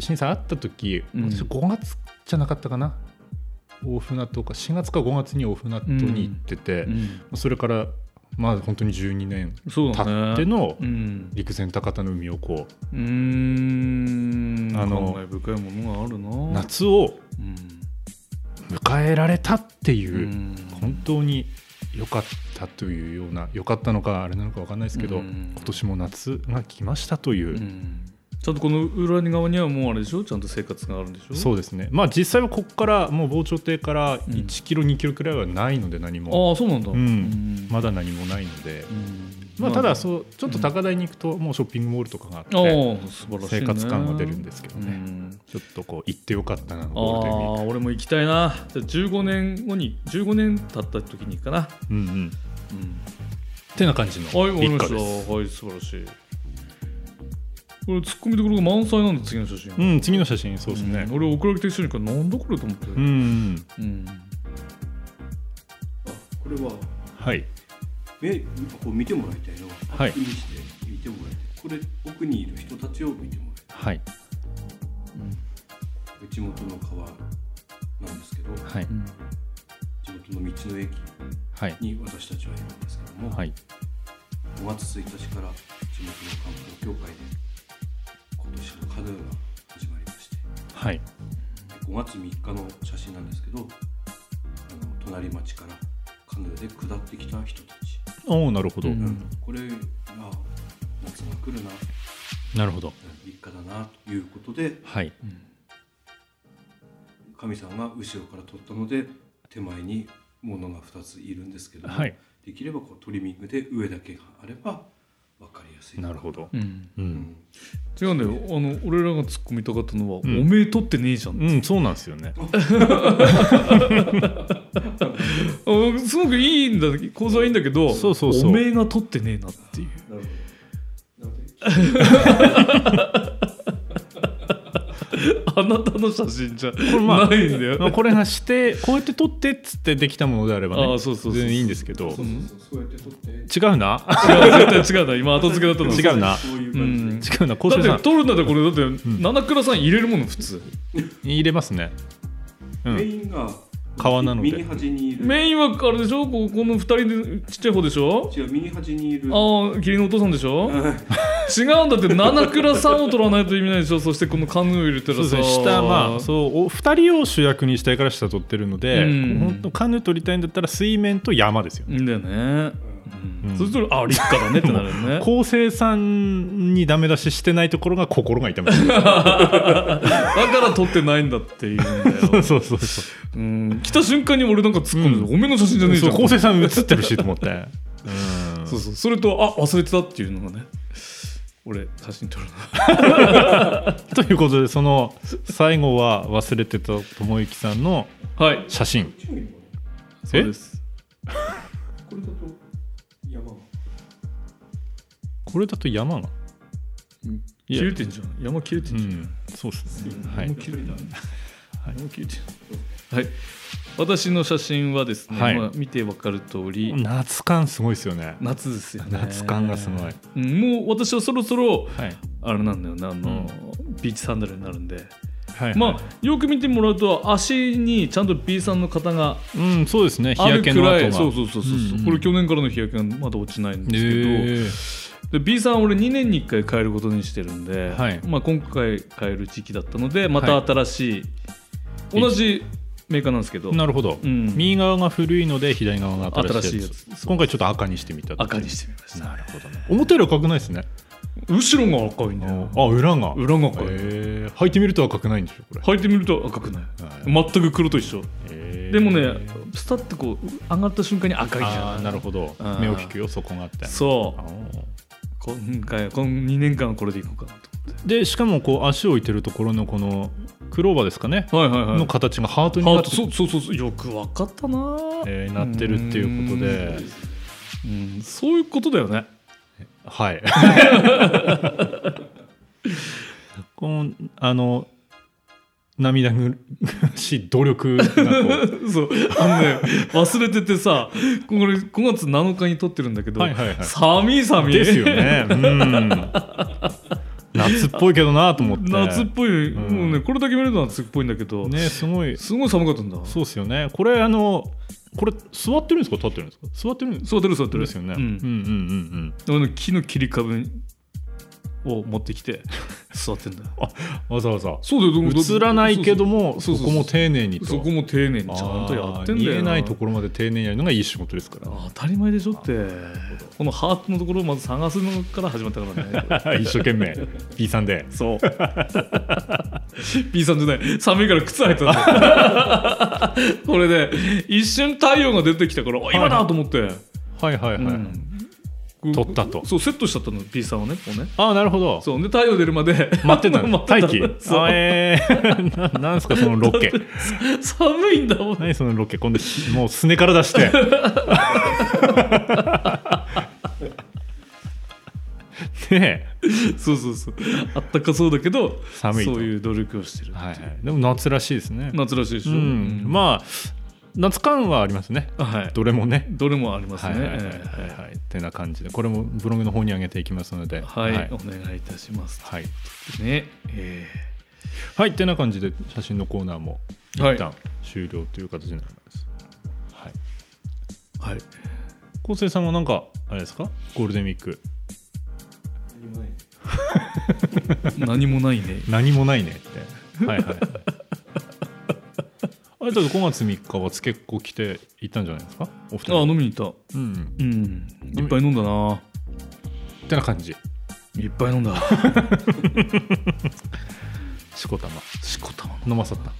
[SPEAKER 1] 震災あった時、
[SPEAKER 2] うん
[SPEAKER 1] 私5月じゃなかったかな大船渡か4月か5月に大船渡に行ってて、それからまあ本当に12年
[SPEAKER 2] そう
[SPEAKER 1] 経
[SPEAKER 2] だね
[SPEAKER 1] っての
[SPEAKER 2] うん
[SPEAKER 1] 陸前高田の海をこう
[SPEAKER 2] うーん
[SPEAKER 1] あの
[SPEAKER 2] 感慨深いものがあるな
[SPEAKER 1] 夏を
[SPEAKER 2] うん
[SPEAKER 1] 迎えられたっていう、
[SPEAKER 2] うん
[SPEAKER 1] 本当に良かったというような良かったのかあれなのか分かんないですけど、
[SPEAKER 2] うん
[SPEAKER 1] 今年も夏が来ましたというう、
[SPEAKER 2] んちゃんとこの裏側にはもうあれでしょちゃんと生活があるんでしょ
[SPEAKER 1] そうですねまあ実際はここからもう防潮堤から
[SPEAKER 2] ん
[SPEAKER 1] 1キロ2キロくらいはないので何も、
[SPEAKER 2] ああそうなんだ
[SPEAKER 1] うん
[SPEAKER 2] うん
[SPEAKER 1] まだ何もないので、
[SPEAKER 2] うん
[SPEAKER 1] まあ、ただそうちょっと高台に行くともうショッピングモールとかがあって、
[SPEAKER 2] ああ素晴らしいね
[SPEAKER 1] 生活感は出るんですけど
[SPEAKER 2] う
[SPEAKER 1] ね、
[SPEAKER 2] ん
[SPEAKER 1] ちょっとこう行ってよかったな
[SPEAKER 2] あ
[SPEAKER 1] ゴールデンウィー
[SPEAKER 2] あ俺も行きたいなじゃあ15年後に15年経った時に行くかな
[SPEAKER 1] ク、うんうん、
[SPEAKER 2] う
[SPEAKER 1] っ
[SPEAKER 2] ん
[SPEAKER 1] てな感じの
[SPEAKER 2] はい、わか
[SPEAKER 1] 一
[SPEAKER 2] りまし
[SPEAKER 1] 家で
[SPEAKER 2] た。
[SPEAKER 1] す。
[SPEAKER 2] はい、素晴らしい。これ、突っ込みどころが満載なんだ、次の写真。
[SPEAKER 1] う
[SPEAKER 2] うん
[SPEAKER 1] ん、次の写真そうですね。
[SPEAKER 2] 俺、送られてきた瞬間、なんだこれと思って。
[SPEAKER 1] うん、うん、
[SPEAKER 2] うん。
[SPEAKER 4] あこれは
[SPEAKER 1] はい。
[SPEAKER 4] 目こう見てもらいたいの
[SPEAKER 1] はい
[SPEAKER 4] アップにして見てもらいたいこれ奥にいる人たちを見てもら
[SPEAKER 1] は
[SPEAKER 4] い
[SPEAKER 1] い。
[SPEAKER 4] たい地元の川なんですけど
[SPEAKER 1] はい。
[SPEAKER 4] 地元の道の駅
[SPEAKER 1] はい。
[SPEAKER 4] に私たちはいるんですけども、
[SPEAKER 1] はい。
[SPEAKER 4] 5月1日から地元の観光協会で今年のカヌーが始まりまして
[SPEAKER 1] はい。
[SPEAKER 4] 5月3日の写真なんですけどあの隣町からカヌーで下ってきた人たち、
[SPEAKER 1] おお、なるほど。
[SPEAKER 2] うん
[SPEAKER 4] これあ夏が来るな
[SPEAKER 1] なるほど。
[SPEAKER 4] 3日だなということで
[SPEAKER 1] はい。
[SPEAKER 4] 神さんが後ろから撮ったので手前に物が2ついるんですけども、
[SPEAKER 1] はい
[SPEAKER 4] できればこうトリミングで上だけがあれば分かりやすい
[SPEAKER 1] なるほど。
[SPEAKER 2] うん、
[SPEAKER 1] う。
[SPEAKER 4] うんん
[SPEAKER 2] 違うんだよあの俺らが突っ込みたかったのは、
[SPEAKER 1] ん
[SPEAKER 2] おめえ取ってねえじゃん、
[SPEAKER 1] うん、そうなんですよね。
[SPEAKER 2] あすごくいいんだ構造はいいんだけど
[SPEAKER 1] そうそうそう
[SPEAKER 2] おめえが取ってねえなっていう
[SPEAKER 4] なるほどなので
[SPEAKER 2] あなたの写真じゃ
[SPEAKER 1] れまあ
[SPEAKER 2] ないんだよ、
[SPEAKER 1] まあ、これがして、こうやって撮ってっつってできたものであればね。
[SPEAKER 2] あーそうそうそうそう
[SPEAKER 1] 全然いいんですけど。
[SPEAKER 4] そうそうそうそうやって撮って
[SPEAKER 1] 違うな。
[SPEAKER 2] 違う絶対違うな今後付けだったの
[SPEAKER 1] 違うな
[SPEAKER 4] そういう感じで、
[SPEAKER 2] うん
[SPEAKER 1] 違うな。こう
[SPEAKER 2] だ
[SPEAKER 1] さ
[SPEAKER 2] っ
[SPEAKER 1] ん
[SPEAKER 2] て。取るんだったらこれだって、七倉さん入れるもの普通
[SPEAKER 1] 入れますね。う
[SPEAKER 4] メ
[SPEAKER 1] ん。
[SPEAKER 4] インが
[SPEAKER 1] 川なので
[SPEAKER 4] 右端にいる
[SPEAKER 2] メインはあれでしょここの二人でちっちゃい方でしょ
[SPEAKER 4] 違う右端にいる
[SPEAKER 2] ああ霧のお父さんでしょ違うんだって七倉さんを取らないと意味ないでしょそしてこのカヌー入れたら
[SPEAKER 1] そ
[SPEAKER 2] さ
[SPEAKER 1] うですね、下まあそうお二人を主役にしたいから下取ってるので、
[SPEAKER 2] うん
[SPEAKER 1] 本当カヌー取りたいんだったら水面と山ですよね、
[SPEAKER 2] いいんだよね、うん
[SPEAKER 1] うん
[SPEAKER 2] そしたらあ立夏だねってなるよね
[SPEAKER 1] 昴生さんにダメ出ししてないところが心が痛 めてる
[SPEAKER 2] だから取ってないんだっていう んだよ、
[SPEAKER 1] そうそうそう
[SPEAKER 2] うん、来た瞬間に俺なんか突っ込んで、
[SPEAKER 1] うん
[SPEAKER 2] おめえの写真じゃねえじ
[SPEAKER 1] そう
[SPEAKER 2] ゃ
[SPEAKER 1] ん昴生さん映ってるしと思って、うん
[SPEAKER 2] そうそうそれとあ忘れてたっていうのがね俺写真撮るな
[SPEAKER 1] ということでその最後は忘れてた友之さんの
[SPEAKER 2] はい
[SPEAKER 1] 写真
[SPEAKER 2] そうです
[SPEAKER 4] これだと
[SPEAKER 1] これだと山が、
[SPEAKER 4] 山が
[SPEAKER 1] いや
[SPEAKER 2] 切れてんじゃん山切れてんじゃん、
[SPEAKER 1] うん、そうですね、はい、
[SPEAKER 2] 切れた。はい、もう切れちゃうはい。私の写真はですね、
[SPEAKER 1] はい
[SPEAKER 2] まあ見てわかる通り、
[SPEAKER 1] 夏感すごいですよね
[SPEAKER 2] 夏ですよね。
[SPEAKER 1] 夏感がすごい、はい、
[SPEAKER 2] うん。もう私はそろそろあれなんだよね、あの、ビーチサンダルになるんで、
[SPEAKER 1] はい
[SPEAKER 2] まあよく見てもらうと足にちゃんと B さんの方が
[SPEAKER 1] うんそうですね日
[SPEAKER 2] ある
[SPEAKER 1] 焼け
[SPEAKER 2] く
[SPEAKER 1] の
[SPEAKER 2] ら
[SPEAKER 1] 跡
[SPEAKER 2] い、
[SPEAKER 1] が
[SPEAKER 2] そうそうそうそうそう、
[SPEAKER 1] うんうん
[SPEAKER 2] これ去年からの日焼けがまだ落ちないんですけど。
[SPEAKER 1] え
[SPEAKER 2] で B さんは俺2年に1回変えることにしてるんで、
[SPEAKER 1] はい
[SPEAKER 2] まあ、今回変える時期だったのでま
[SPEAKER 1] は
[SPEAKER 2] た
[SPEAKER 1] い
[SPEAKER 2] 新しい、同じメーカーなんですけど
[SPEAKER 1] ーなるほど、
[SPEAKER 2] うん
[SPEAKER 1] 右側が古いので左側が新しいやつ
[SPEAKER 2] 新しいやつ
[SPEAKER 1] 今回ちょっと赤にしてみたっていう
[SPEAKER 2] 赤にしてみました
[SPEAKER 1] なるほどね思ったより赤くないですね
[SPEAKER 2] 後ろが赤いんだよ
[SPEAKER 1] あ裏が
[SPEAKER 2] 裏が赤い、
[SPEAKER 1] えー、履いてみると赤くないんでしょこれ、
[SPEAKER 2] 履いてみると赤くない
[SPEAKER 1] はい
[SPEAKER 2] 全く黒と一緒
[SPEAKER 1] えー
[SPEAKER 2] でもねスタッてこう上がった瞬間に赤いじ
[SPEAKER 1] あ
[SPEAKER 2] ゃ
[SPEAKER 1] ー
[SPEAKER 2] ん
[SPEAKER 1] なるほど
[SPEAKER 2] うん
[SPEAKER 1] 目を引くよそこがあって
[SPEAKER 2] そ
[SPEAKER 1] あ
[SPEAKER 2] う
[SPEAKER 1] ー
[SPEAKER 2] 今回この2年間はこれでいこうかなと
[SPEAKER 1] でしかもこう足を置いてるところのこのクローバーですかね、
[SPEAKER 2] はいはいはい
[SPEAKER 1] の形がハートに
[SPEAKER 2] ハ
[SPEAKER 1] な
[SPEAKER 2] ー
[SPEAKER 1] って
[SPEAKER 2] トそうそうそうそうよく分かったなー、
[SPEAKER 1] えーなってるっていうことで
[SPEAKER 2] うんそういうことだよね
[SPEAKER 1] はいこのあの涙ぐるしい努力がこう
[SPEAKER 2] そうあのね忘れててさこれ5月7日に撮ってるんだけ ど、
[SPEAKER 1] はいはいはい
[SPEAKER 2] 寒い寒い
[SPEAKER 1] ですよねうん夏っぽいけどなと思って
[SPEAKER 2] 夏っぽい、
[SPEAKER 1] うん
[SPEAKER 2] もうねこれだけ見ると夏っぽいんだけど、
[SPEAKER 1] ねすごい
[SPEAKER 2] すごい寒かったんだ
[SPEAKER 1] そうですよねこれあのこれ座ってるんですか立ってるんですか座ってるんです
[SPEAKER 2] 座ってる座ってる
[SPEAKER 1] ですよね、
[SPEAKER 2] う
[SPEAKER 1] うんう
[SPEAKER 2] ん、
[SPEAKER 1] んうん
[SPEAKER 2] あの木の切り株を持って きて座ってんだよ
[SPEAKER 1] うんわざわざ
[SPEAKER 2] そうだよでもだ
[SPEAKER 1] 映らないけどもそ
[SPEAKER 2] そ
[SPEAKER 1] う
[SPEAKER 2] そう
[SPEAKER 1] こも丁寧にと
[SPEAKER 2] そこも丁寧にちゃんとやってんだよ
[SPEAKER 1] あー見えないところまで丁寧にやるのがいい仕事ですから
[SPEAKER 2] 当たり前でしょってこのハートのところをまず探すのから始まった からね
[SPEAKER 1] 一生懸命 B さんで
[SPEAKER 2] そう P さんじゃない寒いから靴履いてたんだ これで一瞬太陽が出てきたからあ今だと思って、
[SPEAKER 1] はいはいはい、
[SPEAKER 2] うん
[SPEAKER 1] 撮ったと
[SPEAKER 2] そうセットしちゃったの P さんはねこうね
[SPEAKER 1] ああなるほど
[SPEAKER 2] そうで太陽出るまで
[SPEAKER 1] 待ってたの
[SPEAKER 2] 待って
[SPEAKER 1] 待
[SPEAKER 2] た
[SPEAKER 1] 機
[SPEAKER 2] そう
[SPEAKER 1] あえー、 ななんすかそのロケ
[SPEAKER 2] 寒いんだもん
[SPEAKER 1] 何そのロケ今度しもうすねから出して ねえ
[SPEAKER 2] そうそうそうあったかそうだけど
[SPEAKER 1] 寒いと
[SPEAKER 2] そういう努力をしてるっていう、
[SPEAKER 1] はいはい、でも夏らしいですね、
[SPEAKER 2] 夏らしいでし
[SPEAKER 1] う
[SPEAKER 2] ょ、
[SPEAKER 1] ん、まあ夏感はありますね
[SPEAKER 2] あはい
[SPEAKER 1] どれもね
[SPEAKER 2] どれもあります
[SPEAKER 1] は
[SPEAKER 2] ね
[SPEAKER 1] いはいはいはい
[SPEAKER 2] ええ
[SPEAKER 1] はいってな感じでこれもブログの方に上げていきますので
[SPEAKER 2] はい、
[SPEAKER 1] はい
[SPEAKER 2] お願いいたします。
[SPEAKER 1] はい
[SPEAKER 2] ね、え
[SPEAKER 1] はいってな感じで写真のコーナーも
[SPEAKER 2] ー、はい
[SPEAKER 1] 一旦終了という形になりますはい
[SPEAKER 2] はい、
[SPEAKER 1] 昴生さんはなんかあれですかゴールデンウィーク
[SPEAKER 2] 何もない ね。
[SPEAKER 1] 何もないねってはいはい はいあれだと5月3日は結構来ていったんじゃないですかお二
[SPEAKER 2] あ、
[SPEAKER 1] 人
[SPEAKER 2] 飲みに行っ
[SPEAKER 1] うんうん
[SPEAKER 2] た。うん、いっぱい飲んだな。
[SPEAKER 1] ってな感じ
[SPEAKER 2] いっぱい飲んだ。
[SPEAKER 1] しこたま
[SPEAKER 2] しこたま
[SPEAKER 1] 飲まさった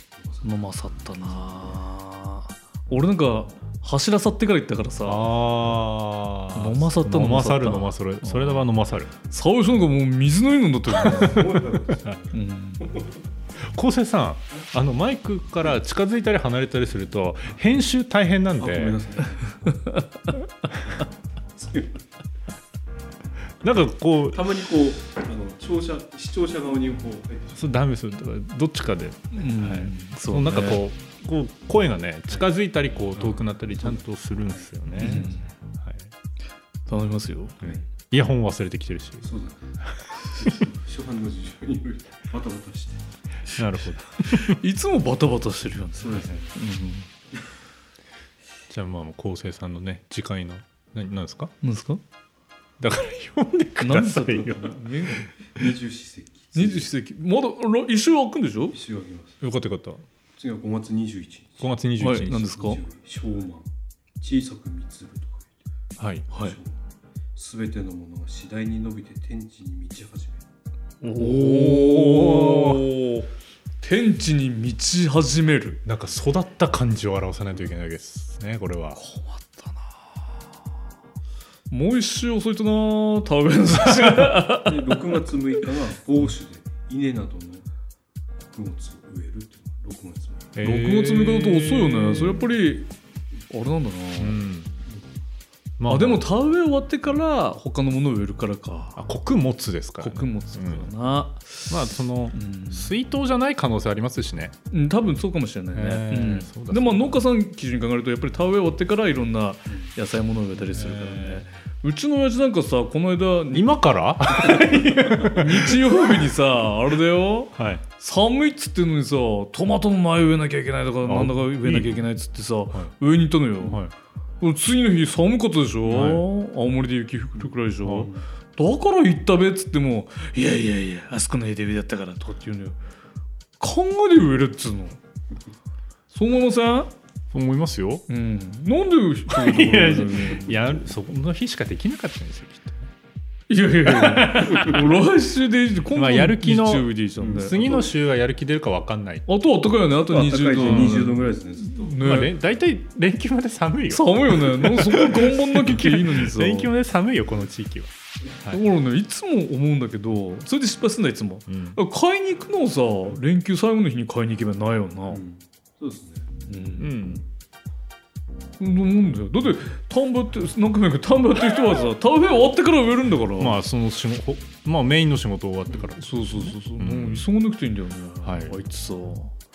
[SPEAKER 2] 飲まさったな。俺なんか走らさってから行ったからさ、
[SPEAKER 1] あー
[SPEAKER 2] 飲まさった
[SPEAKER 1] 飲まさ
[SPEAKER 2] 飲まさった
[SPEAKER 1] る飲まさるそれは飲まさる
[SPEAKER 2] 沢井さんがもう水のように飲んだってる。 うん、
[SPEAKER 1] 昴生さんあのマイクから近づいたり離れたりすると編集大変なん
[SPEAKER 4] あごめ
[SPEAKER 1] で
[SPEAKER 4] んなさい
[SPEAKER 1] なんかこう
[SPEAKER 4] たまにこうあの聴者視聴者側にこう入ってし
[SPEAKER 1] そうダメでするとかどっちかで
[SPEAKER 2] うん
[SPEAKER 1] はい
[SPEAKER 2] そ
[SPEAKER 1] そう
[SPEAKER 2] ね、
[SPEAKER 1] なんかこうこう声がね近づいたりこう遠くなったりちゃんとするんですよね、
[SPEAKER 2] うん
[SPEAKER 1] はい
[SPEAKER 2] 頼みますよ。
[SPEAKER 4] まう、はい、
[SPEAKER 1] イヤホン忘れてきてるし
[SPEAKER 4] そうだ初版の事情によりバタバタして
[SPEAKER 1] なるほど
[SPEAKER 2] いつもバタバタしてるよね。
[SPEAKER 4] そうですね
[SPEAKER 1] じゃあまあ昴生さんのね次回の何ですか
[SPEAKER 2] うん、なんですか？
[SPEAKER 1] だから読んでくださいよ
[SPEAKER 4] 二十四節気
[SPEAKER 2] 二十四節気まだら一周開くんでしょ？
[SPEAKER 4] 一周あげます
[SPEAKER 1] よかったよかっ
[SPEAKER 4] 次は5月21日
[SPEAKER 1] た5月21日、
[SPEAKER 2] はい何ですか
[SPEAKER 4] 20小満小さく三粒とか
[SPEAKER 1] はい
[SPEAKER 2] はい。
[SPEAKER 4] すべてのものが次第に伸びて天地に満ち始める
[SPEAKER 2] おお天地に満ち始める
[SPEAKER 1] なんか育った感じを表さないといけないわけですねこれは
[SPEAKER 2] もう一周遅いとなー田植えの差し が
[SPEAKER 4] で6月6日は房種で稲などの穀物を植えるっていうのが6月
[SPEAKER 2] 6月
[SPEAKER 4] 6日
[SPEAKER 2] 6日だと遅いよねそれやっぱ
[SPEAKER 1] り、
[SPEAKER 2] りあれなんだな、
[SPEAKER 1] うんま
[SPEAKER 2] あでも田植え終わってから他のものを植えるからか
[SPEAKER 1] あ穀物ですから、ね、
[SPEAKER 2] 穀物だからな、
[SPEAKER 1] まあその
[SPEAKER 2] うん
[SPEAKER 1] 水筒じゃない可能性ありますしね
[SPEAKER 2] うん、多分そうかもしれないね、
[SPEAKER 1] へー
[SPEAKER 2] うん
[SPEAKER 1] そうだ
[SPEAKER 2] でも農家さん基準に考えるとやっぱり田植え終わってからいろんな野菜ものを植えたりするからね、
[SPEAKER 1] へ
[SPEAKER 2] うちの親父なんかさこの間
[SPEAKER 1] 今から
[SPEAKER 2] 日曜日にさあれだよ
[SPEAKER 1] はい
[SPEAKER 2] 寒いっつってんのにさトマトの苗植えなきゃいけないとか
[SPEAKER 1] あ
[SPEAKER 2] なんだか植えなきゃいけないっつってさ、
[SPEAKER 1] は
[SPEAKER 2] 上に行ったのよ、
[SPEAKER 1] はい
[SPEAKER 2] 次の日寒かったでしょ、
[SPEAKER 1] はい
[SPEAKER 2] 青森で雪降るくらいでしょ、だから行ったべっつってもいやいやいやあそこの家で植えだったからとかって言うのよ考えで植えるっつうのそう思いません
[SPEAKER 1] 思いますよ
[SPEAKER 2] うんなんでそういうところで
[SPEAKER 1] いやその日しかできなかったんですよきっ
[SPEAKER 2] いやいやいやもう来週でいいじゃん今
[SPEAKER 1] まあやる気の
[SPEAKER 2] 日曜日でいいじゃんね
[SPEAKER 1] 次の週はやる気出るか分かんない、
[SPEAKER 2] あとは暖かいよねあと
[SPEAKER 4] 暖かいし
[SPEAKER 2] 20度
[SPEAKER 4] 20度ぐらいですねずっと
[SPEAKER 2] ね、
[SPEAKER 1] まあ、れ大体連休まで寒いよ
[SPEAKER 2] 寒いよ ねなんかそこ頑張んなきゃいけないのにさ
[SPEAKER 1] 連休まで寒いよこの地域は、
[SPEAKER 2] だからねいつも思うんだけどそれで失敗すんだいつも
[SPEAKER 1] うん
[SPEAKER 2] 買いに行くのをさ連休最後の日に買いに行けばないよな、
[SPEAKER 4] うんそうですね
[SPEAKER 2] うん
[SPEAKER 1] うん、
[SPEAKER 2] なんだよだって田んぼやって何回も言うけど田んぼやってる人 はさ田植え終わってから植えるんだから
[SPEAKER 1] まあその仕事ほまあメインの仕事終わってから
[SPEAKER 2] そうそうそうそう、
[SPEAKER 1] うん
[SPEAKER 2] もう急がなくていいんだよね、
[SPEAKER 1] はい
[SPEAKER 2] あいつさ、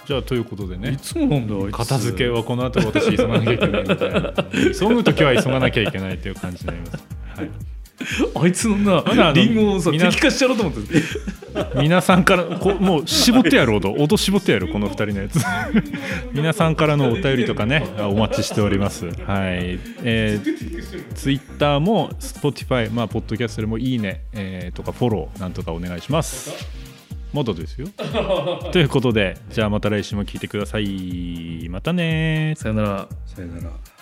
[SPEAKER 1] じゃあということで
[SPEAKER 2] い
[SPEAKER 1] ね
[SPEAKER 2] つもなんだよあいつ
[SPEAKER 1] 片付けはこの後私急がなきゃいけないみたい な急ぐ時は急がなきゃいけないという感じになります、はい、
[SPEAKER 2] あいつのな
[SPEAKER 1] まだあの
[SPEAKER 2] リンゴをさ
[SPEAKER 1] みんな
[SPEAKER 2] 敵化しちゃろうと思 ってる
[SPEAKER 1] 皆さんからこもう絞ってやろうと音絞ってやるこの2人のやつ皆さんからのお便りとかねあお待ちしておりますはいえー、ツイッターも Spotify まあポッドキャストでもいいね、えーとかフォローなんとかお願いしますまだですよということでじゃあまた来週も聞いてくださいまたね
[SPEAKER 2] さよなら
[SPEAKER 4] さよなら